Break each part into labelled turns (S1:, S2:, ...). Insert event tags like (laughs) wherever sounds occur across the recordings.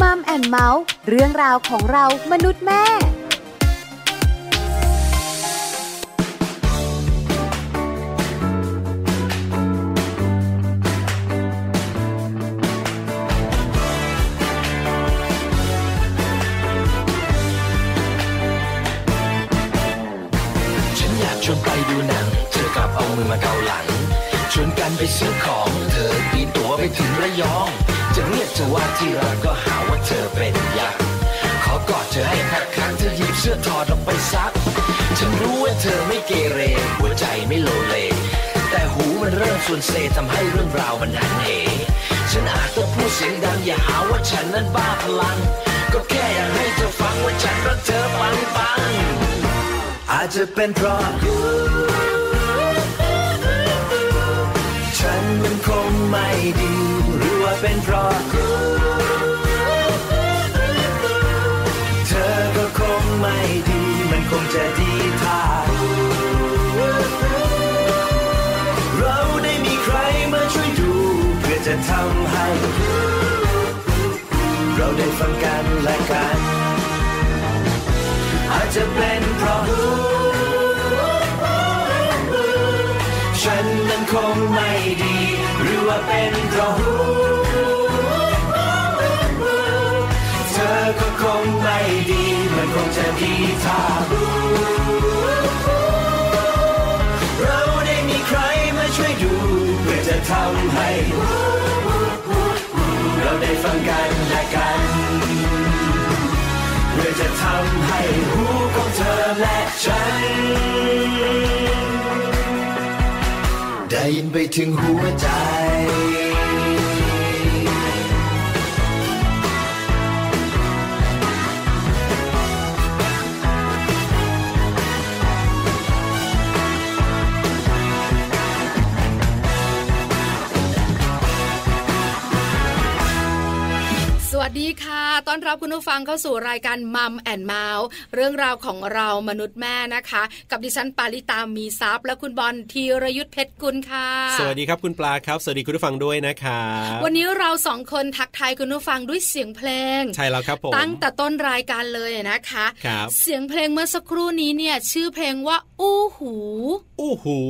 S1: มัมแอนเมาส์เรื่องราวของเรามนุษย์แม่
S2: ฉันอยากชวนไปดูหนัง เธอกลับเอามือมาเกาหลัง ชวนกันไปซื้อของ เธอปีนตั๋วไปถึงระยอง จะเรียกเธอว่าที่รักก็หาว่าเธอเป็นยักษ์ ขอกอดเธอให้พักครั้งเธอหยิบเสื้อถอดออกไปซัก ฉันรู้ว่าเธอไม่เกเร หัวใจไม่โลเล แต่หูมันเริ่มส่วนเซทำให้เรื่องราวมันหันเหฉันอาจต้องพูดเสียงดังอย่าหาว่าฉันนั้นบ้าพลัง ก็แค่อยากให้เธอฟังว่าฉันรักเธอฟังฟังๆอาจจะเป็นเพราะ ฉันมันคงไม่ดี หรือว่าเป็นเพราะ เธอก็คงไม่ดี มันคงจะดีถ้าเราได้มีใครมาช่วยดู เพื่อจะทำให้ เราได้ฟังกันและกัน อาจจะเป็นเพราะ ฉันนั้นคงไม่ดี หรือว่าเป็นเพราะหูเธอก็คงไม่ดี มันคงจะดีถ้ารู้เราได้มีใครมาช่วยดู เพื่อจะทำให้ เราได้ฟังกันและกัน เพื่อจะทำให้หูของเธอและฉัน ได้ยินไปถึงหัวใจ
S3: สวัสดีค่ะ ต้อนรับคุณผู้ฟังเข้าสู่รายการมัมแอนเมาส์เรื่องราวของเรามนุษย์แม่นะคะ กับดิฉันปาริตามีซัพย์และคุณบอลธีรยุทธเพชรกุลค่ะ
S4: สวัสดีครับคุณปลาครับ สวัสดีคุณผู้ฟังด้วยนะครับ
S3: วันนี้เราสองคนทักทายคุณผู้ฟังด้วยเสียงเพลง
S4: ใช่แล้วครับผม
S3: ตั้งแต่ต้นรายการเลยนะคะ
S4: ครับ
S3: เสียงเพลงเมื่อสักครู่นี้เนี่ยชื่อเพลงว่าอู้หู
S4: อู้หู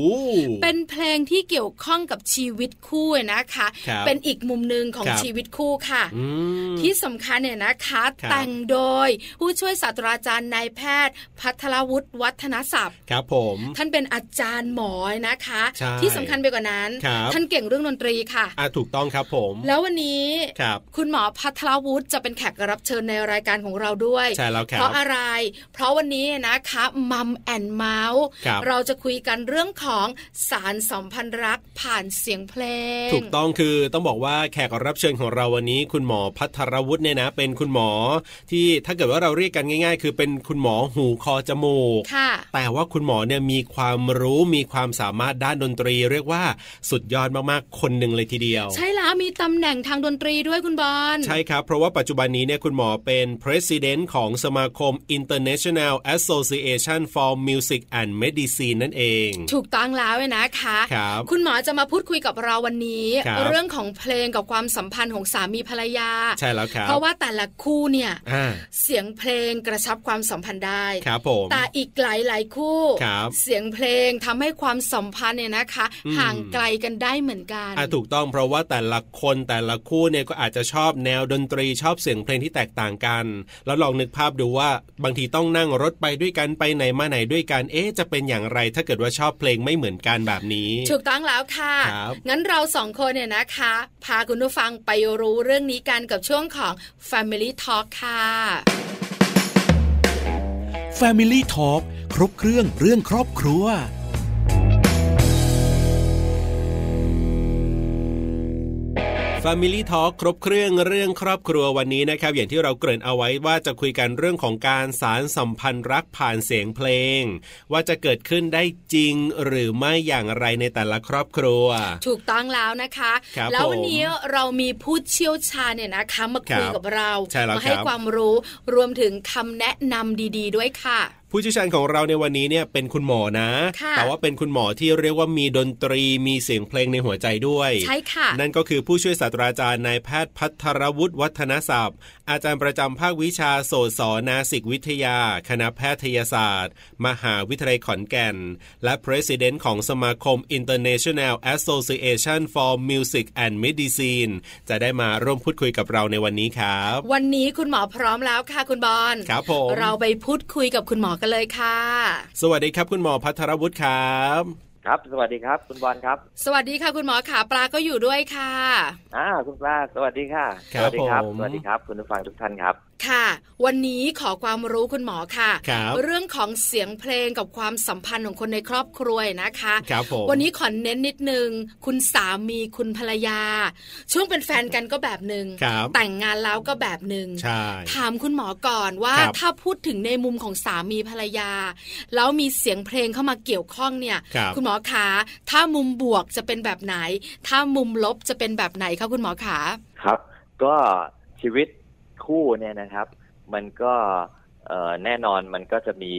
S3: เป็นเพลงที่เกี่ยวข้องกับชีวิตคู่นะคะ
S4: ครับ
S3: เป็นอีกมุมหนึ่งของ
S4: ครับ
S3: ชีวิตคู่ค่ะ
S4: อืม
S3: ที่สำคัญเนี่ยนะคะ
S4: ครับ
S3: แต่งโดยผู้ช่วยศาสตราจารย์นายแพทย์ พัทรวุฒิวัฒนศัพท์
S4: ครับผม
S3: ท่านเป็นอาจารย์หมอนะคะ
S4: ใช่
S3: ที่สำคัญไปกว่านั้น
S4: ครับ
S3: ท่านเก่งเรื่องดนตรีค่ะ
S4: อ่ะถูกต้องครับผม
S3: แล้ววันนี้
S4: ครับ
S3: คุณหมอพัทรวุฒิจะเป็นแขกรับเชิญในรายการของเราด้วย
S4: ใช่แล้วครั
S3: เพ
S4: บ
S3: ราะอะไร เพราะวันนี้นะคะมัมแอนเมาส์
S4: ครับ
S3: เราจะคุยกันเรื่องของสารสัมพันธ์รักผ่านเสียงเพลง
S4: ถูกต้องคือต้องบอกว่าแขกรับเชิญของเราวันนี้ คุณหมอพัทรวุฒิเนี่ยนะ เป็นคุณหมอที่ถ้าเกิดว่าเราเรียกกันง่าย ๆ คือเป็นคุณหมอหูคอจมูก
S3: ค่ะ
S4: แต่ว่าคุณหมอเนี่ยมีความรู้มีความสามารถด้านดนตรี เรียกว่าสุดยอดมากๆคนหนึ่งเลยทีเดียว
S3: ใช่แล้วมีตำแหน่งทางดนตรีด้วยคุณบอล
S4: ใช่ครับ เพราะว่าปัจจุบันนี้เนี่ยคุณหมอเป็น President ของสมาคม International Association for Music and Medicine นั่นเอง
S3: ถูกต้องแล้วเว้ยนะคะ
S4: ครับ
S3: ณหมอจะมาพูดคุยกับเราวันนี้
S4: ครับ
S3: เรื่องของเพลงกับความสัมพันธ์ของสามีภรรยา
S4: ใช่แล้วครับ
S3: เพราะว่าแต่ละคู่เนี่ย
S4: อ่า
S3: เสียงเพลงกระชับความสัมพันธ์ได้
S4: ครับผม
S3: แต่อีกหลายหลายๆคู่
S4: ครับ
S3: เสียงเพลงทำให้ความสัมพันธ์เนี่ยนะคะ
S4: อืม
S3: ห่างไกลกันได้เหมือนกัน
S4: อ่ะถูกต้องเพราะว่าแต่ละคนแต่ละคู่เนี่ยก็อาจจะชอบแนวดนตรีชอบเสียงเพลงที่แตกต่างกัน แล้วลองนึกภาพดูว่าบางทีต้องนั่งรถไปด้วยกันไปไหนมาไหนด้วยกันเอ๊ะจะเป็นอย่างไร ถ้าเกิดว่าชอบเพลงไม่เหมือนกันแบบนี้
S3: ถูกต้องแล้วค่ะ
S4: ครับ
S3: งั้นเราสองคนเนี่ยนะคะ พาคุณผู้ฟังไปรู้เรื่องนี้กันกับช่วงของ Family Talk ค่ะ
S5: Family Talk ครบเครื่องเรื่องครอบครัว
S4: Family Talk ครบเครื่องเรื่องครอบครัววันนี้นะครับ อย่างที่เราเกริ่นเอาไว้ว่าจะคุยกันเรื่องของการสารสัมพันธ์รักผ่านเสียงเพลง ว่าจะเกิดขึ้นได้จริงหรือไม่อย่างไรในแต่ละครอบครัว
S3: ถูกต้องแล้วนะคะ
S4: ครับ
S3: แล้ววันนี้เรามีผู้เชี่ยวชาญเนี่ยนะคะมาคุย
S4: ครับ
S3: กับเรา
S4: ใช่แล้ว
S3: มาให้
S4: ครับ
S3: ความรู้รวมถึงคำแนะนำดี ๆ ด้วยค่ะ
S4: ผู้เชี่ยวชาญของเราในวันนี้เนี่ยเป็นคุณหมอนะ
S3: ค่ะ
S4: แต่ว่าเป็นคุณหมอที่เรียกว่ามีดนตรีมีเสียงเพลงในหัวใจด้วย
S3: ใช่ค่ะ
S4: นั่นก็คือผู้ช่วยศาสตราจารย์นายแพทย์พัทรวุฒิวัฒนศัพท์ อาจารย์ประจำภาควิชาโสตศนาสิกวิทยา คณะแพทยศาสตร์ มหาวิทยาลัยขอนแก่น และ President ของสมาคม International Association for Music and Medicine จะได้มาร่วมพูดคุยกับเราในวันนี้ครับ
S3: วันนี้คุณหมอพร้อมแล้วค่ะคุณบอล
S4: ครับผม
S3: เราไปพูดคุยกับคุณหมอกันเลยค่ะ
S4: สวัสดีครับคุณหมอพัทรวุฒิครับ
S6: ครับ สวัสดีครับคุณบอลครับ
S3: สวัสดีค่ะคุณหมอขาปลาก็อยู่ด้วยค่ะ
S6: อ่าคุณปลาสวัสดีค่ะ
S4: ครับ
S6: สวัสดีครั
S4: ผม
S6: สวัสดีครับ คุณผู้ฟังทุกท่านครับ
S3: ค่ะ วันนี้ขอความรู้คุณหมอค่ะ
S4: ครับ
S3: เรื่องของเสียงเพลงกับความสัมพันธ์ของคนในครอบครัวนะคะ
S4: ครับผม
S3: วันนี้ขอเน้นนิดนึง คุณสามีคุณภรรยา ช่วงเป็นแฟนกันก็แบบหนึ
S4: ค่
S3: ง
S4: รับ
S3: แต่งงานแล้วก็แบบหนึง่ง
S4: ใช่
S3: ถามคุณหมอก่อนว่า
S4: ครับ
S3: ถ้าพูดถึงในมุมของสามีภรรยา แล้วมีเสียงเพลงเข้ามาเกี่ยวข้องเนี่ย
S4: ครับ
S3: ณหมอขาถ้ามุมบวกจะเป็นแบบไหน ถ้ามุมลบจะเป็นแบบไหนคะคุณหมอขา
S6: ครับ ก็ชีวิตคู่เนี่ยนะครับ มันก็เอ่อแน่นอนมันก็จะมี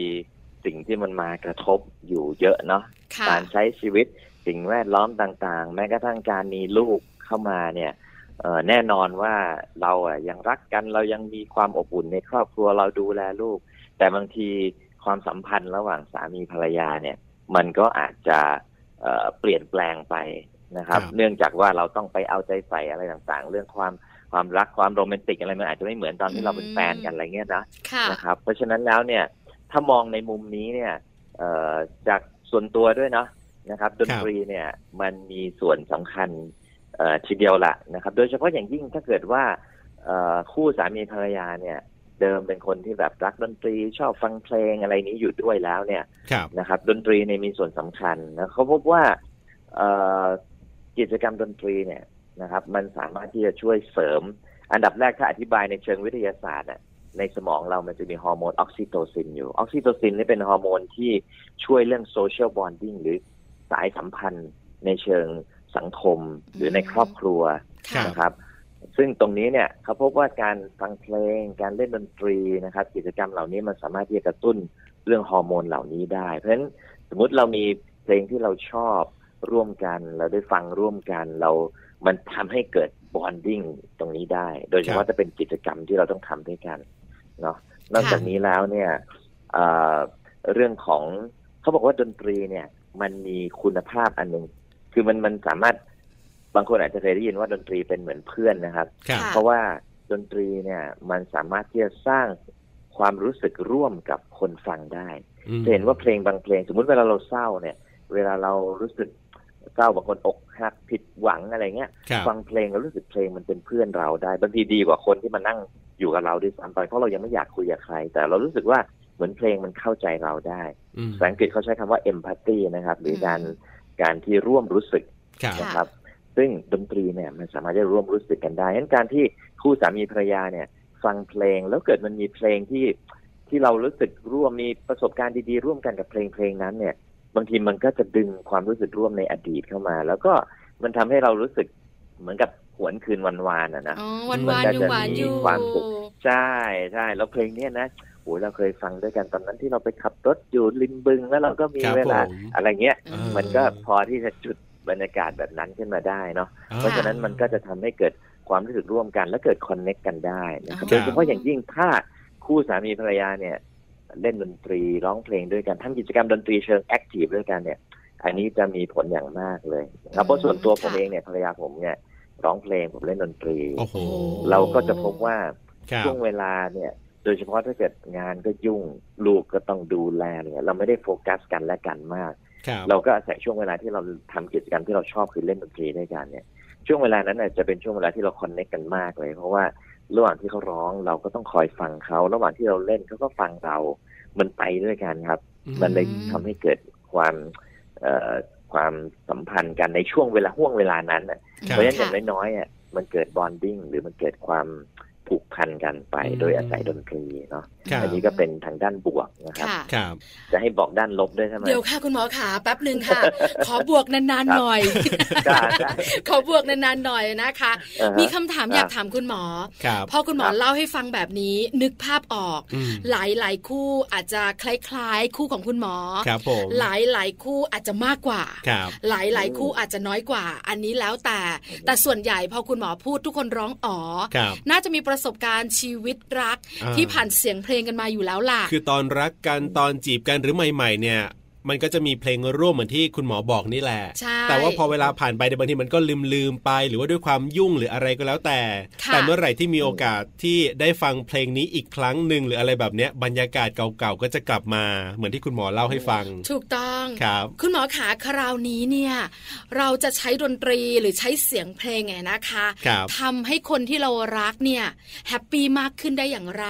S6: สิ่งที่มันมากระทบอยู่เยอะเนาะ
S3: ค่ะ
S6: การใช้ชีวิตสิ่งแวดล้อมต่างๆ แม้กระทั่งการมีลูกเข้ามาเนี่ยเอ่อแน่นอนว่าเราอ่ะยังรักกันเรายังมีความอบอุ่นในครอบครัวเราดูแลลูก แต่บางทีความสัมพันธ์ระหว่างสามีภรรยาเนี่ย มันก็อาจจะเอ่อเปลี่ยนแปลงไปนะครับ
S4: ครับ
S6: เนื่องจากว่าเราต้องไปเอาใจใส่อะไรต่างๆ เรื่องความความรักความโรแมนติกอะไรมันอาจจะไม่เหมือนตอนที่เราเป็นแฟนกันอะไรเงี้ยนะ
S3: ค่ะ
S6: นะครับเพราะฉะนั้นแล้วเนี่ยถ้ามองในมุมนี้เนี่ยเอ่อจากส่วนตัวด้วยเนาะนะครับดนตรีเนี่ยมันมีส่วนสำคัญเอ่อทีเดียวละนะครับ โดยเฉพาะอย่างยิ่งถ้าเกิดว่าเอ่อคู่สามีภรรยาเนี่ยเดิมเป็นคนที่แบบรักดนตรีชอบฟังเพลงอะไรนี้อยู่ด้วยแล้วเนี่ย
S4: ครับ
S6: นะครับดนตรีเนี่ยมีส่วนสำคัญนะเขาพบว่าเอ่อกิจกรรมดนตรีเนี่ยนะครับ มันสามารถที่จะช่วยเสริม อันดับแรกถ้าอธิบายในเชิงวิทยาศาสตร์น่ะในสมองเรามันจะมีฮอร์โมนออกซิโตซินอยู่ออกซิโตซินนี่เป็นฮอร์โมนที่ช่วยเรื่องโซเชียลบอนดิ้งหรือสายสัมพันธ์ในเชิงสังคมหรือในครอบครัว
S4: ครับ
S6: นะครับซึ่งตรงนี้เนี่ยเขาพบว่าการฟังเพลงการเล่นดนตรีนะครับ กิจกรรมเหล่านี้มันสามารถที่จะกระตุ้นเรื่องฮอร์โมนเหล่านี้ได้ เพราะฉะนั้นสมมติเรามีเพลงที่เราชอบร่วมกัน เราได้ฟังร่วมกันเรา มันทำให้เกิดบอนดิ้งตรงนี้ได้ โดยเฉ
S4: ครั
S6: พาะ
S4: บ
S6: จะเป็นกิจกรรมที่เราต้องทำด้วยกันเนาะนอก
S3: ค่ะ
S6: จากนี้แล้วเนี่ยเอ่อเรื่องของเขาบอกว่าดนตรีเนี่ย มันมีคุณภาพอันหนึ่ง คือมันมันสามารถบางคนอาจจะเคยได้ยินว่าดนตรีเป็นเหมือนเพื่อนนะครับ
S4: ครับ
S3: ค่ะ
S6: เพราะว่าดนตรีเนี่ยมันสามารถที่จะสร้างความรู้สึกร่วมกับคนฟังได้ จะเห็นว่าเพลงบางเพลง สมมุติเวลาเราเศร้าเนี่ย เวลาเรารู้สึกเศร้าบางคนอกหักผิดหวังอะไรเงี้ย
S4: ครับ
S6: ฟังเพลงแล้วรู้สึกเพลงมันเป็นเพื่อนเราได้บางทีดีกว่าคนที่มานั่งอยู่กับเราด้วยซ้ำไปเพราะเรายังไม่อยากคุยกับใคร แต่เรารู้สึกว่าเหมือนเพลงมันเข้าใจเราได้
S4: อืม
S6: ภาษาอังกฤษเขาใช้คำว่า empathy นะครับ หรือ
S3: ม
S6: การการที่ร่วมรู้สึก
S4: ครับ
S6: นะครับซึ่งดนตรีเนี่ยมันสามารถจะร่วมรู้สึกกันได้ฉะนั้นการที่คู่สามีภรรยาเนี่ยฟังเพลงแล้วเกิดมันมีเพลงที่ที่เรารู้สึกร่วมมีประสบการณ์ดีๆ ร่วมกันกับเพลงเพลงนั้นเนี่ยบางทีมันก็จะดึงความรู้สึกร่วมในอดีตเข้ามา แล้วก็มันทำให้เรารู้สึกเหมือนกับหวนคืนวันวานอ่ะนะ
S3: อ๋อวันวานอยู่หวานอยู่
S6: มันก็จะมีความสุข ใช่ใช่แล้วเพลงเนี้ยนะโอ้ยเราเคยฟังด้วยกันตอนนั้นที่เราไปขับรถอยู่ริมบึงแล้วเราก็มี
S4: ครับ
S6: เวลา
S4: ผม
S6: อะไรเงี้ย
S4: เออ
S6: มันก็พอที่จะจุดบรรยากาศแบบนั้นขึ้นมาได้เนาะ
S4: อ่
S6: เพราะฉะนั้นมันก็จะทำให้เกิดความรู้สึกร่วมกัน และเกิดคอนเน็กกันได้นะครับ
S4: ครับ
S6: โดยเฉพาะอย่างยิ่งถ้าคู่สามีภรรยาเนี่ย เล่นดนตรีร้องเพลงด้วยกันทำกิจกรรมดนตรีเชิงแอคทีฟด้วยกันเนี่ย อันนี้จะมีผลอย่างมากเลยนะครับเพราะส่วนตัวผม
S3: ค่ะ
S6: เองเนี่ยภรรยาผมเนี่ยร้องเพลงผมเล่นดนตรี
S4: โอ้โห
S6: เราก็จะพบว่า
S4: ครับ
S6: ช่วงเวลาเนี่ย โดยเฉพาะถ้าเกิดงานก็ยุ่งลูกก็ต้องดูแลเนี่ยเราไม่ได้โฟกัสกันและกันมาก
S4: ครับ
S6: เราก็อาศัยช่วงเวลาที่เราทำกิจกรรมที่เราชอบคือเล่นดนตรีด้วยกันเนี่ยช่วงเวลานั้นน่ะจะเป็นช่วงเวลาที่เราคอนเนคกันมากเลย เพราะว่าระหว่างที่เขาร้องเราก็ต้องคอยฟังเขาระหว่างที่เราเล่นเขาก็ฟังเรา มันไปด้วยกันครับ
S4: อืม
S6: มันเลยทำให้เกิดความเอ่อความสัมพันธ์กันในช่วงเวลาห่วงเวลานั้นน่ะ
S4: ครับ
S6: เพราะฉะนั้นอย่างน้อยๆอ่ะมันเกิดบอนดิ้งหรือมันเกิดความผูกพัน พันกันไป
S4: อืม
S6: โดยอาศัยดนตรีเนาะ
S4: ครับ
S6: อันนี้ก็เป็นทางด้านบวกนะครับ
S3: ค่ะ
S4: ครับ
S6: จะให้บอกด้านลบด้วยใช่ไหม
S3: เดี๋ยวค่ะคุณหมอขาแป๊บหนึ่งค่ะ ขอบวกนานๆหน่อย
S6: ได้ได้
S3: (laughs) ขอบวกนานๆหน่อยนะคะ
S6: อ่าฮะ
S3: มีคำถาม
S6: อ่า
S3: อยากถามคุณหมอ
S4: ครับ
S3: พอคุณหมอ
S6: ครับ
S3: เล่าให้ฟังแบบนี้นึกภาพออก
S4: อืม
S3: หลายๆคู่อาจจะคล้ายๆ คู่ของคุณหมอ
S4: ครับผม
S3: หลายๆคู่อาจจะมากกว่า
S4: ครับ
S3: หลายๆคู่อาจจะน้อยกว่า อันนี้แล้วแต่ แต่ส่วนใหญ่พอคุณหมอพูดทุกคนร้องอ๋อ
S4: ครับ
S3: น่าจะมีประสบการณ์ชีวิตรัก
S4: อ่า
S3: ที่ผ่านเสียงเพลงกันมาอยู่แล้วล่ะ
S4: คือตอนรักกันตอนจีบกันหรือใหม่ ๆ เนี่ย มันก็จะมีเพลงร่วมเหมือนที่คุณหมอบอกนี่แหละ
S3: ใช่
S4: แต่ว่าพอเวลาผ่านไปในยบางทีมันก็ลืมลืมๆไป หรือว่าด้วยความยุ่งหรืออะไรก็แล้วแต่
S3: ค่ะ
S4: แต่เมื่อไหร่ที่มีโอกาสที่ได้ฟังเพลงนี้อีกครั้งหนึ่งหรืออะไรแบบเนี้ยบรรยากาศเก่าๆก็จะกลับมาเหมือนที่คุณหมอเล่าให้ฟัง
S3: ถูกต้อง
S4: ครับ
S3: คุณหมอขาคราวนี้เนี่ย เราจะใช้ดนตรีหรือใช้เสียงเพลงไงนะคะ
S4: ครับ
S3: ทำให้คนที่เรารักเนี่ยแฮปปี้มากขึ้นได้อย่างไร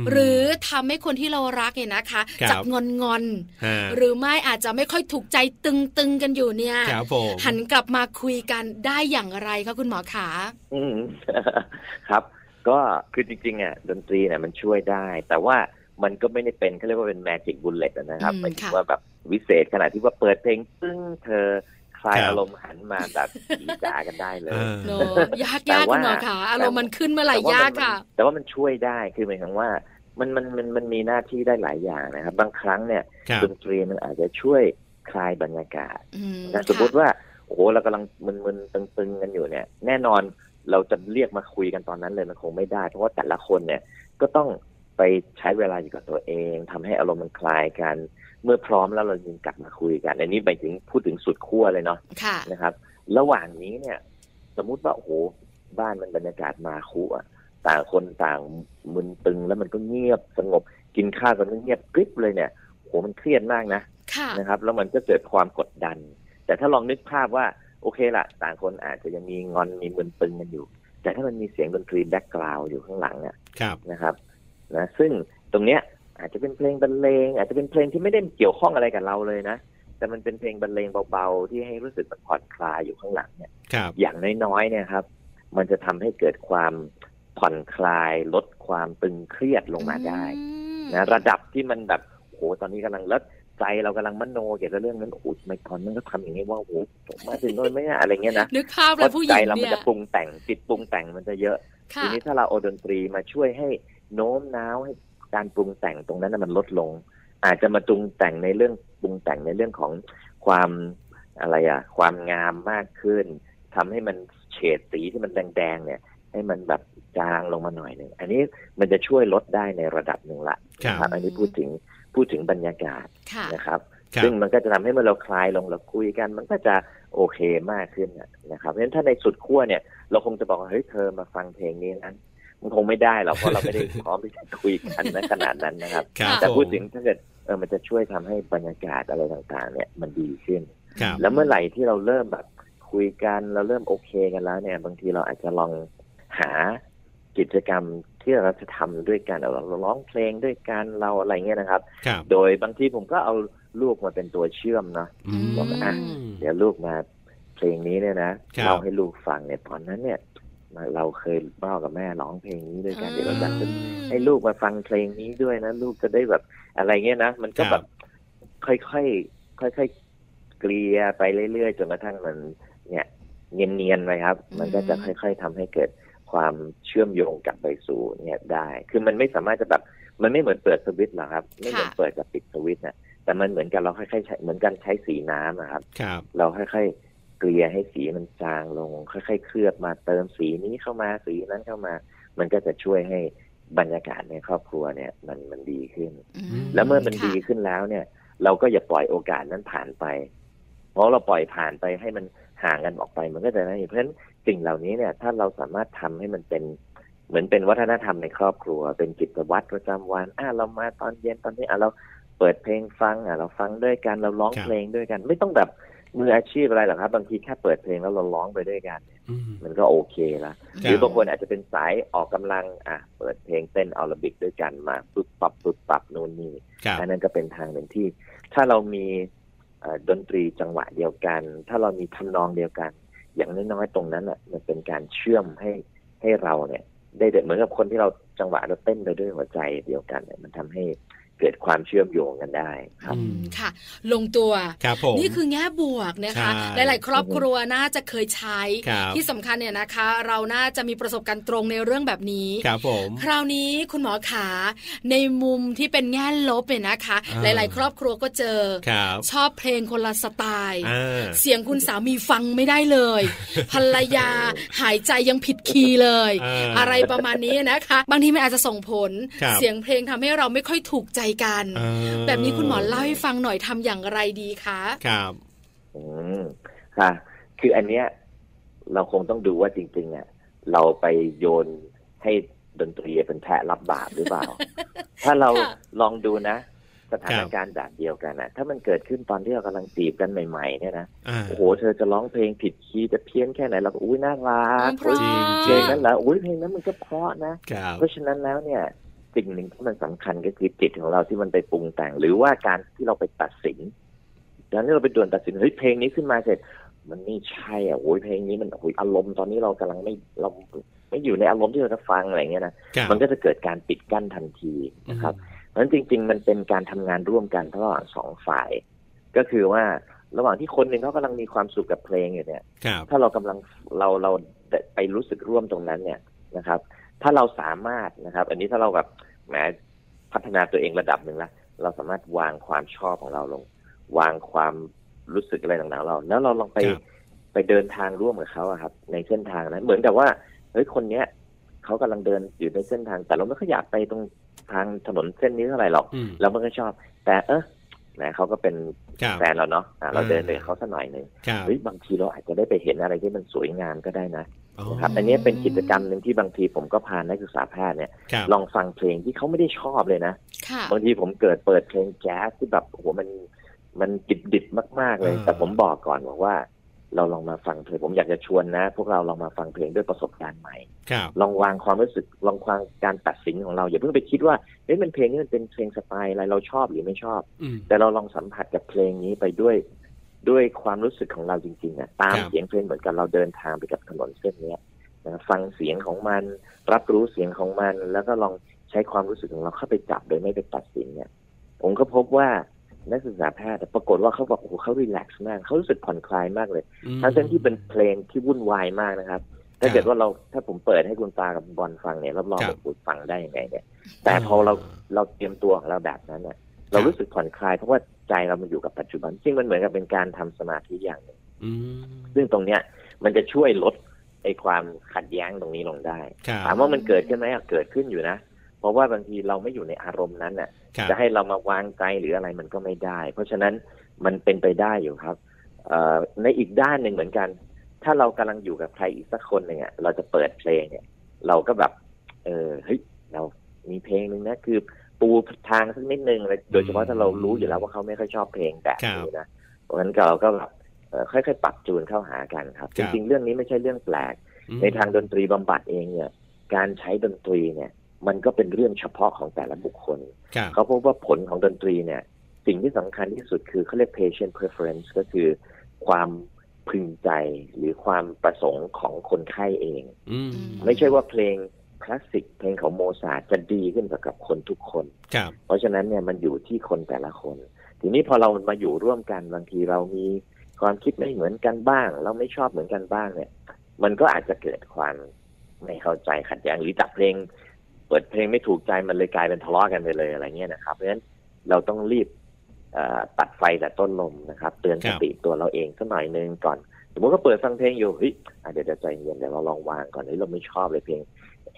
S4: ม
S3: หรือทำให้คนที่เรารักเนี่ยนะคะ
S4: ครับ
S3: จับงอนงอนๆ
S4: ฮะ
S3: หรือไม่อาจจะไม่ค่อยถูกใจตึงตึงๆกันอยู่เนี่ย
S4: ครับผม
S3: หันกลับมาคุยกันได้อย่างไรคะคุณหมอขา
S6: อืม (laughs) ครับ ก็คือจริงๆอ่ะดนตรีเนี่ยมันช่วยได้ แต่ว่ามันก็ไม่ได้เป็นเขาเรียกว่าเป็นแมจิกบุลเลตนะครับ
S3: อืม
S6: หมายถึง
S3: ค่ะ
S6: ว่าแบบวิเศษขนาดที่ว่าเปิดเพลงซึ่งเธอคลายอารมณ์หันมาแบบจีจ๋ากันได้เลย
S4: เออ
S3: โนยาก
S6: แต่
S3: ยากคุ
S6: ว่า
S3: ณหมอขาอารมณ์
S6: แต่
S3: มันขึ้นเมื่อไหร่
S6: แต่ว่
S3: ยาก
S6: มัน
S3: ค่ะ
S6: แต่ว่ามันช่วยได้คือหมายถึงว่ามันมันมันมันมีหน้าที่ได้หลายอย่างนะครับ บางครั้งเนี่ย
S4: ครับ
S6: ดนตรีมันอาจจะช่วยคลายบรรยากาศ
S3: อืม
S6: นะสมมติว่าโอ้โหเรากำลังมึนๆตึงๆกันอยู่เนี่ย แน่นอนเราจะเรียกมาคุยกันตอนนั้นเลยมันคงไม่ได้ เพราะว่าแต่ละคนเนี่ยก็ต้องไปใช้เวลาอยู่กับตัวเองทำให้อารมณ์มันคลายกัน เมื่อพร้อมแล้วเราจึงกลับมาคุยกัน อันนี้ไปถึงพูดถึงสุดขั้วเลยเนาะ
S3: ค่ะ
S6: นะครับ ระหว่างนี้เนี่ย สมมุติว่าโอ้โหบ้านมันบรรยากาศมาคุอะต่างคนต่างมึนตึงแล้วมันก็เงียบสงบกินข้าวกันก็เงียบกริบเลยเนี่ยโอ้โหมันเครียดมากนะ
S3: ค่ะ
S6: นะครับแล้วมันก็เกิดความกดดัน แต่ถ้าลองนึกภาพว่าโอเคละต่างคนอาจจะยังมีงอนมีมึนตึงกันอยู่ แต่ถ้ามันมีเสียงดนตรีแบ็กกราวด์อยู่ข้างหลังเนี่ย
S4: ครับ
S6: นะครับนะซึ่งตรงเนี้ยอาจจะเป็นเพลงบรรเลงอาจจะเป็นเพลงที่ไม่ได้เกี่ยวข้องอะไรกับเราเลยนะ แต่มันเป็นเพลงบรรเลงเบาๆ ที่ให้รู้สึกมันผ่อนคลายอยู่ข้างหลังเนี่ย
S4: ครับ
S6: อย่างน้อยๆเนี่ยครับ มันจะทำให้เกิดความผ่อนคลายลดความตึงเครียดลงมาได้ นะระดับที่มันแบบโอ้โหตอนนี้กำลังแล้วใจเรากำลังมโนเกี่ยวกับเรื่องนั้นโอ้โหทำไมตอนนั้นก็ทำอย่างนี้ว่าโอ้โหผมมาถึงโน่นไม่น่าอะไรเงี้ยนะ
S3: นึกภาพ
S6: เพ
S3: เลย
S6: ราะ
S3: ผู้ห
S6: ใจ
S3: ญิง
S6: เรามัน
S3: เนี่ย
S6: จะปรุงแต่งจิตปรุงแต่งมันจะเยอะ ที
S3: ค่ะ
S6: นี้ถ้าเราเอาดนตรีมาช่วยให้โน้มน้าวให้การปรุงแต่งตรงนั้นนะมันลดลง อาจจะมาปรุงแต่งในเรื่องปรุงแต่งในเรื่องของความอะไรอะความงามมากขึ้นทำให้มันเฉดสีที่มันแดงๆเนี่ย ให้มันแบบจางลงมาหน่อยหนึ่งอันนี้มันจะช่วยลดได้ในระดับหนึ่งละ
S4: ครับ
S6: ครับอันนี้พูดถึงพูดถึงบรรยากาศ
S3: ค่ะ
S6: นะครับ
S4: ครับ
S6: ซึ่งมันก็จะทำให้เมื่อเราคลายลงเราคุยกัน มันก็จะโอเคมากขึ้นน่ะนะครับเพราะฉะนั้นถ้าในสุดขั้วเนี่ย เราคงจะบอกว่าเฮ้ยเธอมาฟังเพลงนี้นั้นมันคงไม่ได้หรอกเพราะเราไม่ได้ พร้อมที่จะคุยกันในขนาดนั้นนะครับ
S4: ครับ
S6: แต่
S4: ผม
S6: พูดถึงถ้าเกิดเออมันจะช่วยทำให้บรรยากาศอะไรต่างๆ เนี่ยมันดีขึ้น
S4: ครับ
S6: แล้วเมื่อไหร่ที่เราเริ่มแบบคุยกันเราเริ่มโอเคกันแล้วเนี่ย บางทีเราอาจจะลองหากิจกรรมที่เราจะทำด้วยกันเอาเราร้องเพลงด้วยกันเราอะไรเงี้ยนะครับ
S4: ครับ
S6: โดยบางทีผมก็เอาลูกมาเป็นตัวเชื่อมเนาะ
S4: อืม
S6: บอกอ่ะ เดี๋ยวลูกมาเพลงนี้เนี่ยนะครับ เราให้ลูกฟังเนี่ยตอนนั้นเนี่ยมาเราเคยพ่อกับแม่ร้องเพลงนี้ด้วยกันเดี๋ยวเราจะ
S3: อืม
S6: ให้ลูกมาฟังเพลงนี้ด้วยนะ ลูกจะได้แบบอะไรเงี้ยนะมันก็
S4: ครับ
S6: แบบค่อยๆค่อยๆเกลี่ยไปเรื่อยๆจนกระทั่งมัน เนี่ย เนียนๆไปครับ
S3: อืม
S6: มันก็จะค่อย ๆทำให้เกิดความเชื่อมโยงกลับไปสู่เนี่ยได้ คือมันไม่สามารถจะแบบ มันไม่เหมือนเปิดสวิตช์หรอกครับ ไม่เหมือนเปิดกับปิดสวิตช์นะแต่มันเหมือนกันเราค่อยๆใช้เหมือนกันใช้สีน้ำอะครับ
S4: ครับ
S6: เราค่อยๆเกลี่ยให้สีมันจางลง ค่อยๆ เคลือบมาเติมสีนี้เข้ามาสีนั้นเข้ามา มันก็จะช่วยให้บรรยากาศในครอบครัวเนี่ยมันมันดีขึ้น
S3: อื
S6: แล้วเมื่อมัน
S3: ค่ะ
S6: ดีขึ้นแล้วเนี่ย เราก็อย่าปล่อยโอกาสนั้นผ่านไป เพราะเราปล่อยผ่านไปให้มันห่างกันออกไปมันก็จะไม่เพราะฉะนั้นสิ่งเหล่านี้เนี่ย ถ้าเราสามารถทำให้มันเป็นเหมือนเป็นวัฒนธรรมในครอบครัว เป็นกิจวัตรประจำวันอ่ะเรามาตอนเย็นตอนนี้อ่ะเราเปิดเพลงฟังอ่ะเราฟังด้วยกันเราร้อง
S4: ครับ
S6: เพลงด้วยกัน ไม่ต้องแบบมืออาชีพอะไรหรอกครับบางทีแค่เปิดเพลงแล้วเราร้องไปด้วยกัน
S4: อืม
S6: มันก็โอเคละ
S4: ค
S6: ห
S4: รับ
S6: รือบางคนอาจจะเป็นสายออกกำลังอ่ะเปิดเพลงเต้นอาราบิกด้วยกันมาปุ๊บปับปุ๊บปับนู่นนี่
S4: ครับ
S6: อันนั้นก็เป็นทางหนึ่งที่ ถ้าเรามีเอ่อดนตรีจังหวะเดียวกัน ถ้าเรามีทำนองเดียวกัน อย่างน้อยๆตรงนั้นอ่ะมันเป็นการเชื่อมให้ให้เราเนี่ย ได้เด็ดเหมือนกับคนที่เราจังหวะเราเต้นไปด้วยหัวใจเดียวกันเนี่ยมันทำให้เกิดความเชื่อมโยงกันได้ครับ
S4: อืม
S3: ค่ะ ลงตัว
S4: ครับผม
S3: นี่คือแง่บวกนะคะ
S4: ใช่
S3: หลาย ๆ ครอบครัวน่าจะเคยใช้
S4: ครับ
S3: ที่สำคัญเนี่ยนะคะ เราน่าจะมีประสบการณ์ตรงในเรื่องแบบนี้
S4: ครับผม
S3: คราวนี้คุณหมอขาในมุมที่เป็นแง่ลบเนี่ยนะคะ
S4: อ่า
S3: หลาย ๆ ครอบครัวก็เจอ
S4: ครับ
S3: ชอบเพลงคนละสไตล์
S4: อ่า
S3: เสียงคุณสามีฟังไม่ได้เลย
S4: (laughs)
S3: ภรรยาหายใจยังผิดคีย์เลย
S4: เอออ
S3: อะไรประมาณนี้นะคะ บางทีมันอาจจะส่งผล
S4: ครับ
S3: เสียงเพลงทำให้เราไม่ค่อยถูกใจกัน
S4: อ่า
S3: แบบนี้คุณหมอเล่าให้ฟังหน่อยทำอย่างไรดีคะ
S4: ครับ
S6: อืมค่ะ คืออันเนี้ยเราคงต้องดูว่าจริงๆเนี่ยเราไปโยนให้ดนตรีเป็นแพะรับบาปหรือ
S3: (laughs)
S6: เปล่า ถ้าเรา
S3: ค่ะ
S6: ลองดูนะ สถานการณ์แบบเดียวกันนะถ้ามันเกิดขึ้นตอนที่เรากำลังจีบกันใหม่ๆเนี่ยนะ
S4: อ่า
S6: โอ้โหเธอจะร้องเพลงผิดคีย์จะเพี้ยนแค่ไหนเราก็อุ้ยน่ารัก
S3: เพราะ
S4: จริง
S6: เพลงนั้นเหรออุ้ยเพลงนั้นมันก็เพราะนะ
S4: ครับ
S6: เพราะฉะนั้นแล้วเนี่ยสิ่งหนึ่งที่มันสำคัญก็คือจิตของเราที่มันไปปรุงแต่ง หรือว่าการที่เราไปตัดสินการที่เราไปด่วนตัดสินเฮ้ยเพลงนี้ขึ้นมาเสร็จ มันไม่ใช่อ่ะโอ้ยเพลงนี้มันโอ้ยอารมณ์ตอนนี้เรากำลังไม่เราไม่อยู่ในอารมณ์ที่เราจะฟังอะไรเงี้ยนะครับ มันก็จะเกิดการปิดกั้นทันทีนะครับ เพราะฉะนั้นจริง ๆ มันเป็นการทำงานร่วมกันระหว่างสองฝ่าย ก็คือว่าระหว่างที่คนหนึ่งเขากำลังมีความสุขกับเพลงอยู่เนี่ย
S4: ครับ
S6: ถ้าเรากำลังเราเราไปรู้สึกร่วมตรงนั้นเนี่ยนะครับ ถ้าเราสามารถนะครับ อันนี้ถ้าเราแบบแหมพัฒนาตัวเองระดับหนึ่งละเราสามารถวางความชอบของเราลง วางความรู้สึกอะไรต่างๆเรา แล้วเราลองไป
S4: ครับ
S6: ไปเดินทางร่วมกับเขาอะครับ ในเส้นทางนั้นเหมือนกับว่าเฮ้ยคนเนี้ยเขากำลังเดินอยู่ในเส้นทาง แต่เราไม่ค่อยอยากไปตรงทางถนนเส้นนี้เท่าไหร่หรอก
S4: อืม
S6: เราไม่ค่อยชอบ แต่เออแหมเขาก็เป็น
S4: ครับ
S6: แฟนเราเนาะอ่ะเรา
S4: อืม
S6: เดินเลยเขาสักหน่อยหนึ่ง
S4: ครับ
S6: เฮ้ยบางทีเราอาจจะได้ไปเห็นอะไรที่มันสวยงามก็ได้นะ
S4: อ๋อ
S6: ครับอันนี้เป็นกิจกรรมหนึ่งที่บางทีผมก็พานักศึกษาแพทย์เนี่ย
S4: ครับ
S6: ลองฟังเพลงที่เขาไม่ได้ชอบเลยนะ
S3: ค่ะ
S6: บางทีผมเกิดเปิดเพลงแจ๊สที่แบบโอ้โหมันมันดิบดิบๆมาก ๆเลย แต่ผมบอกก่อนบอกว่า เราลองมาฟังเพลงผมอยากจะชวนนะ พวกเราลองมาฟังเพลงด้วยประสบการณ์ใหม่
S4: ครับ
S6: ลองวางความรู้สึกลองวางการตัดสินของเราอย่าเพิ่งไปคิดว่าเฮ้ยมันเพลงนี้มันเป็นเพลงสไตล์อะไรเราชอบหรือไม่ชอบ
S4: อืม
S6: แต่เราลองสัมผัสกับเพลงนี้ไปด้วย ด้วยความรู้สึกของเราจริงๆอะตาม
S4: ครับ
S6: เสียงเพลงเหมือนกับเราเดินทางไปกับถนนเส้นเนี้ยนะฟังเสียงของมัน รับรู้เสียงของมัน แล้วก็ลองใช้ความรู้สึกของเราเข้าไปจับโดยไม่ไปตัดสินเนี่ยผมก็พบว่านักศึกษาแพทย์อะปรากฏว่าเขาบอกโอ้โหเขารีแลกซ์มากเขารู้สึกผ่อนคลายมากเลย
S4: อืม
S6: ทั้งทั้งที่เป็นเพลงที่วุ่นวายมากนะครับ ถ้าเกิดว่าเราถ้าผมเปิดให้คุณตากับคุณบอลฟังเนี่ยรับรอง
S4: ครับ
S6: ว่าคุณฟังได้ยังไงเนี่ย แต่พอเราเราเตรียมตัวของเราแบบนั้นเนี่ยเรารู้สึกผ่อนคลายเพราะว่าใจเรามันอยู่กับปัจจุบัน ซึ่งมันเหมือนกับเป็นการทำสมาธิอย่างหนึ่ง
S4: อืม
S6: ซึ่งตรงเนี้ยมันจะช่วยลดไอ้ความขัดแย้งตรงนี้ลงได้
S4: ครับ
S6: ถามว่ามันเกิดขึ้นไหมอะเกิดขึ้นอยู่นะ เพราะว่าบางทีเราไม่อยู่ในอารมณ์นั้นน่ะ
S4: ครับ
S6: จะให้เรามาวางใจหรืออะไรมันก็ไม่ได้ เพราะฉะนั้นมันเป็นไปได้อยู่ครับเอ่อในอีกด้านหนึ่งเหมือนกัน ถ้าเรากำลังอยู่กับใครอีกสักคนหนึ่งอ่ะเราจะเปิดเพลงเนี่ย เราก็แบบ เออเฮ้ยเรามีเพลงหนึ่งนะคือปูทางสักนิดนึงเลยโดยเฉพาะถ้าเรารู้อยู่แล้วว่าเขาไม่ค่อยชอบเพลงแบบนี้นะเพราะฉะนั้นเราก็แบบเอ่อค่อยๆปรับจูนเข้าหากันครับ จริงๆเรื่องนี้ไม่ใช่เรื่องแปลก
S4: อืม
S6: ในทางดนตรีบำบัดเองเนี่ย การใช้ดนตรีเนี่ย มันก็เป็นเรื่องเฉพาะของแต่ละบุคคล
S4: ครับ
S6: เขาพบว่าผลของดนตรีเนี่ย สิ่งที่สำคัญที่สุดคือเขาเรียก patient preference ก็คือความพึงใจหรือความประสงค์ของคนไข้เอง
S4: อืม
S6: ไม่ใช่ว่าเพลงคลาสสิกเพลงของโมซาร์ทจะดีขึ้นกับคนทุกคน
S4: ครับ
S6: เพราะฉะนั้นเนี่ยมันอยู่ที่คนแต่ละคน ทีนี้พอเรามาอยู่ร่วมกันบางทีเรามีความคิดไม่เหมือนกันบ้าง เราไม่ชอบเหมือนกันบ้างเนี่ย มันก็อาจจะเกิดความไม่เข้าใจขัดแย้งหรือจับเพลง เปิดเพลงไม่ถูกใจมันเลยกลายเป็นทะเลาะกันไปเลยอะไรเงี้ยนะครับ เพราะฉะนั้นเราต้องรีบเอ่อตัดไฟแต่ต้นลมนะครับ เตือนสติตัวเราเองสักหน่อยนึงก่อน สมมติก็เปิดฟังเพลงอยู่เฮ้ยอ่ะเดี๋ยวจะใจเย็นเดี๋ยวเราลองวางก่อนเฮ้ยเราไม่ชอบเลยเพลง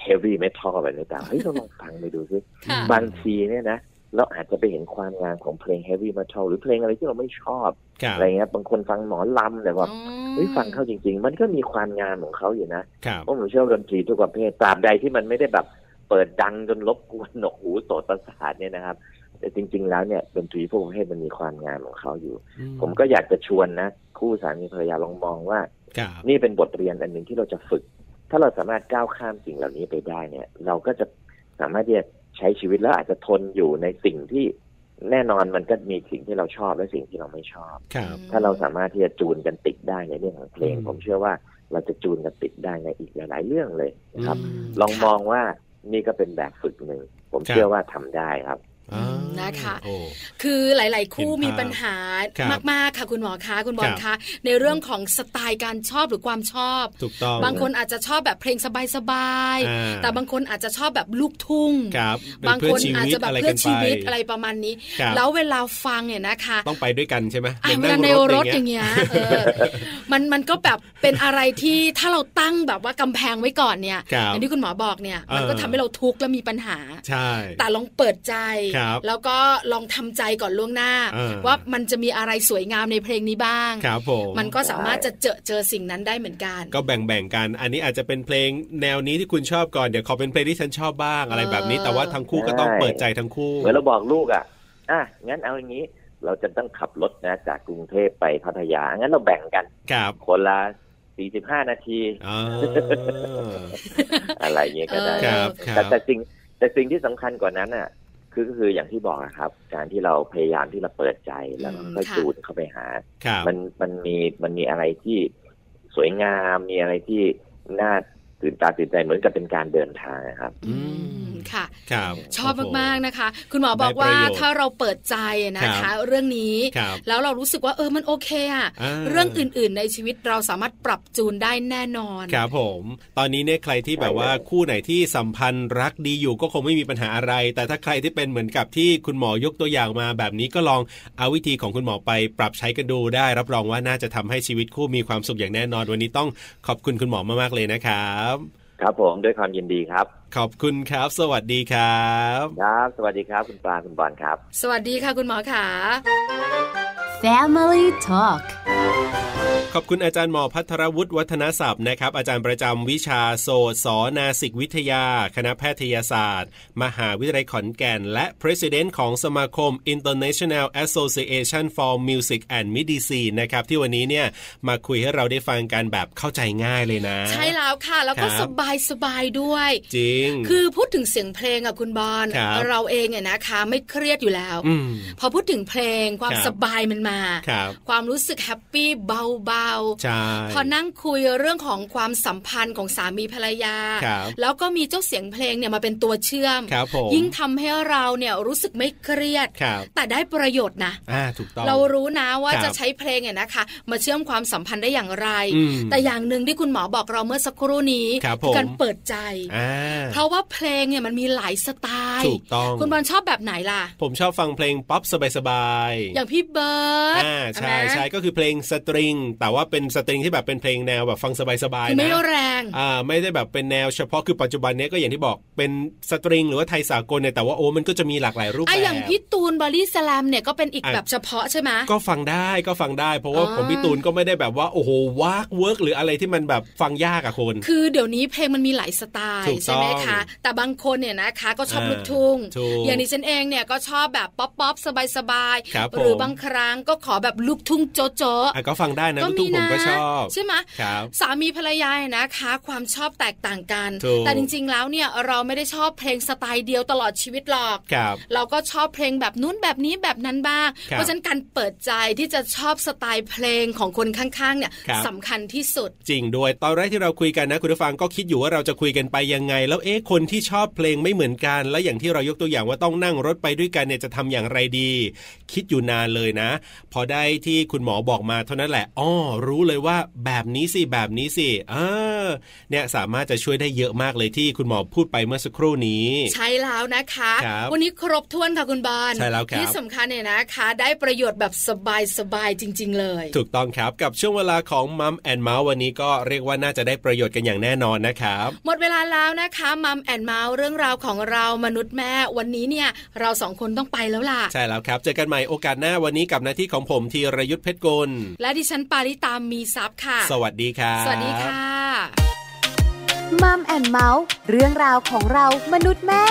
S6: heavy metal แบบนี้แต่เฮ้ยเราลองฟังไปดูซิ
S3: ค่ะ
S6: บางทีเนี่ยนะเราอาจจะไปเห็นความงามของเพลง heavy metal หรือเพลงอะไรที่เราไม่ชอบ
S4: ครับ
S6: อะไรเงี้ยบางคนฟังหมอลำแต่ว่าเฮ้ยฟังเข้าจริง ๆ มันก็มีความงามของเขาอยู่นะครับ เพราะผมเชื่อว่าดนตรีทุกประเภทตราบใดที่มันไม่ได้แบบเปิดดังจนรบกวนหนวกหูโสตประสาทเนี่ยนะครับ แต่จริง ๆ แล้วเนี่ยดนตรีพวกประเภทมันมีความงามของเขาอยู่
S4: อื
S6: ผมก็อยากจะชวนนะ คู่สามีภรรยาลองมองว่า
S4: ครับ
S6: นี่เป็นบทเรียนอันหนึ่งที่เราจะฝึก ถ้าเราสามารถก้าวข้ามสิ่งเหล่านี้ไปได้เนี่ย เราก็จะสามารถที่จะใช้ชีวิตแล้วอาจจะทนอยู่ในสิ่งที่แน่นอนมันก็มีสิ่งที่เราชอบและสิ่งที่เราไม่ชอบ
S4: ครับ
S6: ถ้าเราสามารถที่จะจูนกันติดได้ในเรื่องของเพลง
S4: อืม
S6: ผมเชื่อว่า เราจะจูนกันติดได้ในอีกหลาย ๆ เรื่องเลยนะครับ
S3: อืม
S6: ลอง
S3: ค่ะ
S6: มองว่านี่ก็เป็นแบบฝึกหนึ่ง ผม
S4: ครับ
S6: เชื่อว่าทำได้ครับ
S4: อ่า
S3: นะคะ
S4: โอ้
S3: คือหลาย ๆ คู่
S4: เห็นภาพ
S3: มีปัญหา
S4: ครับ
S3: มากๆค่ะคุณหมอคะคุณบอล
S4: ครั
S3: คะ
S4: บ
S3: ในเรื่องของสไตล์การชอบหรือความชอบ
S4: ถูกต้อง
S3: บางคนอาจจะชอบแบบเพลงสบาย
S4: อ่
S3: ๆแต่บางคนอาจจะชอบแบบลูกทุ่ง
S4: ครับเป็
S3: บาง
S4: เพื่
S3: คน
S4: ชี
S3: อาจ
S4: วิต
S3: จะแบบ
S4: ไร
S3: เพื่
S4: กั
S3: อนน
S4: ไป
S3: ชีวิตอะไรประมาณนี้
S4: ครับ
S3: แล้วเวลาฟังเนี่ยนะคะ
S4: ต้องไปด้วยกันใช่ไหม
S3: อ่ะ
S4: ห
S3: เว
S4: มือ
S3: ลาในรถอย่าง
S4: เงี้ย
S3: เงี้ยเออ (laughs) มันมันก็แบบเป็นอะไรที่ถ้าเราตั้งแบบว่ากำแพงไว้ก่อนเนี่ย
S4: ครับ
S3: อย่างที่คุณหมอบอกเนี่ย มัน
S4: เออ
S3: ก็ทำให้เราทุกข์และมีปัญหา
S4: ใช่
S3: แต่ลองเปิดใจ
S4: ครับ
S3: แล้วก็ลองทำใจก่อนล่วงหน้า
S4: เออ
S3: ว่ามันจะมีอะไรสวยงามในเพลงนี้บ้าง
S4: ครับผม
S3: มันก็สามารถจะเจอเจอสิ่งนั้นได้เหมือนกัน
S4: ก็แบ่งๆกัน อันนี้อาจจะเป็นเพลงแนวนี้ที่คุณชอบก่อน เดี๋ยวขอเป็นเพลงที่ฉันชอบบ้างอะไรแบบนี้
S3: เออ
S4: แต่ว่าทั้งคู่ก็ต้อง
S6: ใช่
S4: เปิดใจทั้งคู่
S6: เหมือนเราบอกลูกอ่ะ อ่ะ งั้นเอาอย่างนี้ เราจะต้องขับรถนะจากกรุงเทพไปพัทยา งั้นเราแบ่งกัน
S4: ครับ
S6: คนละ 45 นาที
S4: (laughs) อ่า
S6: อะไรอย่างเงี้ยก็ได้
S4: ค
S3: เอ
S4: รั
S3: อ
S4: บครั
S6: แต่
S4: บ
S6: แต่สิ่งแต่สิ่งที่สำคัญกว่านั้นอ่ะ คือก็คืออย่างที่บอกอะครับ การที่เราพยายามที่เราเปิดใจแล้วก็ค่อย
S3: ค่ะ
S6: จูนเข้าไปหา
S4: ครับ
S6: มันมันมีมันมีอะไรที่สวยงาม มีอะไรที่น่าตื่นตาตื่นใจเหมือนกับเป็นการเดินทางอะครับ
S4: อืม
S3: ค่ะ
S4: ครับ
S3: ชอบมากๆนะคะ คุณหมอบอก
S4: ได้ประ
S3: ว่า
S4: โยชน์
S3: ถ้าเราเปิดใจนะ
S4: ค
S3: คะ
S4: รับ
S3: เรื่องนี้
S4: ครับ
S3: แล้วเรารู้สึกว่าเออมันโอเคอะ
S4: า
S3: เรื่องอื่นๆในชีวิตเราสามารถปรับจูนได้แน่นอน
S4: ครับผม ตอนนี้เนี่ยใครที่แบบว่า
S6: ใช่เลย
S4: คู่ไหนที่สัมพันธ์รักดีอยู่ก็คงไม่มีปัญหาอะไร แต่ถ้าใครที่เป็นเหมือนกับที่คุณหมอยกตัวอย่างมาแบบนี้ก็ลองเอาวิธีของคุณหมอไปปรับใช้กันดูได้ รับรองว่าน่าจะทำให้ชีวิตคู่มีความสุขอย่างแน่นอน วันนี้ต้องขอบคุณคุณหมอมากๆเลยนะครับ
S6: ครับผมด้วยความยินดีครับ
S4: ขอบคุณครับ สวัสดีครับ
S6: ครับ สวัสดีครับคุณปลาคุณบอลครับ
S3: สวัสดีค่ะคุณหมอขา
S1: Family Talk
S4: ขอบคุณอาจารย์หมอพัทรวุฒิวัฒนศัพท์นะครับ อาจารย์ประจำวิชาโสตสอนาสิกวิทยา คณะแพทยศาสตร์ มหาวิทยาลัยขอนแก่น และ President ของสมาคม International Association for Music and Medicine นะครับ ที่วันนี้เนี่ยมาคุยให้เราได้ฟังกันแบบเข้าใจง่ายเลยนะ
S3: ใช่แล้วค่ะ แล้วก็
S4: ครับ
S3: สบายสบายๆด้วย
S4: จริง
S3: คือพูดถึงเสียงเพลงอะคุณบอล
S4: ครับ
S3: เราเองเนี่ยนะคะ ไม่เครียดอยู่แล้ว
S4: ม
S3: พอพูดถึงเพลงความ
S4: ครับ
S3: สบายมันมา
S4: ครับ
S3: ความรู้สึกแฮปปี้เบา
S4: ใช่
S3: ๆ พอนั่งคุยเรื่องของความสัมพันธ์ของสามีภรรยา
S4: ครับ
S3: แล้วก็มีเจ้าเสียงเพลงเนี่ยมาเป็นตัวเชื่อม
S4: ครับผม
S3: ยิ่งทำให้เราเนี่ยรู้สึกไม่เครียด
S4: ครับ
S3: แต่ได้ประโยชน์นะ
S4: อ่าถูกต้อง
S3: เรารู้นะว่า
S4: ครับ
S3: จะใช้เพลงเนี่ยนะคะ มาเชื่อมความสัมพันธ์ได้อย่างไร
S4: อืม
S3: แต่อย่างหนึ่งที่คุณหมอบอกเราเมื่อสักครู่นี้
S4: ครับผม
S3: คือการเปิดใจ
S4: อ่า
S3: เพราะว่าเพลงเนี่ยมันมีหลายสไตล์
S4: ถูกต้อง
S3: คุณบอลชอบแบบไหนล่ะ
S4: ผมชอบฟังเพลงป๊อปสบายๆ
S3: อย่างพี่เบิร์ด
S4: อ่าใช่
S3: นะ
S4: ใช่ก็คือเพลงสตริง แต่ว่าเป็นสตริงที่แบบเป็นเพลงแนวแบบฟังสบาย
S3: คือ
S4: ๆ
S3: ไม่
S4: นะ
S3: แรง
S4: อ่าไม่ได้แบบเป็นแนวเฉพาะคือปัจจุบันเนี้ยก็อย่างที่บอกเป็นสตริง หรือว่าไทยสากลเนี่ยแต่ว่าโอ้มันก็จะมีหลากหลายรูปแบ
S3: อะ
S4: บ
S3: อย่างพี่ตูนบอดี้สแลมเนี่ยก็เป็นอีก
S4: อ่ะ
S3: แบบเฉพาะใช่ไหม
S4: ก็ฟังได้ก็ฟังได้ เพราะว่า
S3: อ๋อ
S4: ผมพี่ตูนก็ไม่ได้แบบว่าโอ้โหวากเวิร์กหรืออะไรที่มันแบบฟังยากอะคน
S3: คือเดี๋ยวนี้เพลงมันมีหลายสไต
S4: ถู
S3: ล์
S4: กต้อ
S3: ใช่
S4: ง
S3: ไหมคะ แต่บางคนเนี่ยนะคะ ก็ชอบ
S4: อ่า
S3: ลูกทุ่ง
S4: ถูก
S3: อย่างนี้ฉันเองเนี่ยก็ชอบแบบป๊อปป๊อปสบายสบายๆ
S4: ครับผม
S3: หรือบางครั้งก็ขอแบบลูกทุ่งโจ๊ะโจ๊ะ
S4: อ่ะก็ฟังได้นะ
S3: ก็
S4: ลูก
S3: มี
S4: ทุ่งผม
S3: นะ
S4: ก็ชอบ
S3: ใช่ไหม
S4: ครับ
S3: สามีภรรยาเนี่ยนะคะ ความชอบแตกต่างกัน
S4: ถูก
S3: แต่จริงๆแล้วเนี่ยเราไม่ได้ชอบเพลงสไตล์เดียวตลอดชีวิตหรอก
S4: ครับ
S3: เราก็ชอบเพลงแบบนู้นแบบนี้แบบนั้นบ้าง
S4: ครับ
S3: เพราะฉะนั้นการเปิดใจที่จะชอบสไตล์เพลงของคนข้างๆ เนี่ย
S4: ครับ
S3: สำคัญที่สุด
S4: จริงด้วยตอนแรกที่เราคุยกันนะคุณผู้ฟังก็คิดอยู่ว่าเราจะคุยกันไปยังไง แล้วเอ๊ะคนที่ชอบเพลงไม่เหมือนกัน และอย่างที่เรายกตัวอย่างว่าต้องนั่งรถไปด้วยกันเนี่ยจะทำอย่างไรดี คิดอยู่นานเลยนะ พอได้ที่คุณหมอบอกมาเท่านั้นแหละอ้อรู้เลยว่าแบบนี้สิแบบนี้สิเออเนี่ยสามารถจะช่วยได้เยอะมากเลยที่คุณหมอพูดไปเมื่อสักครู่นี้ (laughs)
S3: ใช่แล้วนะคะ
S4: ครับ
S3: วันนี้ครบถ้วนค่ะคุณบอล
S4: ใช่แล้วครับ
S3: ที่สำคัญเนี่ยนะคะ ได้ประโยชน์แบบสบายๆจริง ๆ เลย
S4: ถูกต้องครับกับช่วงเวลาของมัมแอนเมาส์วันนี้ก็เรียกว่าน่าจะได้ประโยชน์กันอย่างแน่นอนนะครับ
S3: หมดเวลาแล้วนะคะมัมแอนเมาส์เรื่องราวของเรามนุษย์แม่วันนี้เนี่ย เราสองคนต้องไปแล้วล่ะ
S4: ใช่แล้วครับ เจอกันใหม่โอกาสหน้าวันนี้กับหน้าที่ของผมธีรยุทธเพชรกุล
S3: และดิฉันปาริตามมีซับค่ะ
S4: สวัสดีครับ
S3: สวัสดีค่ะ
S1: มัมแอนเมาส์เรื่องราวของเรามนุษย์แม่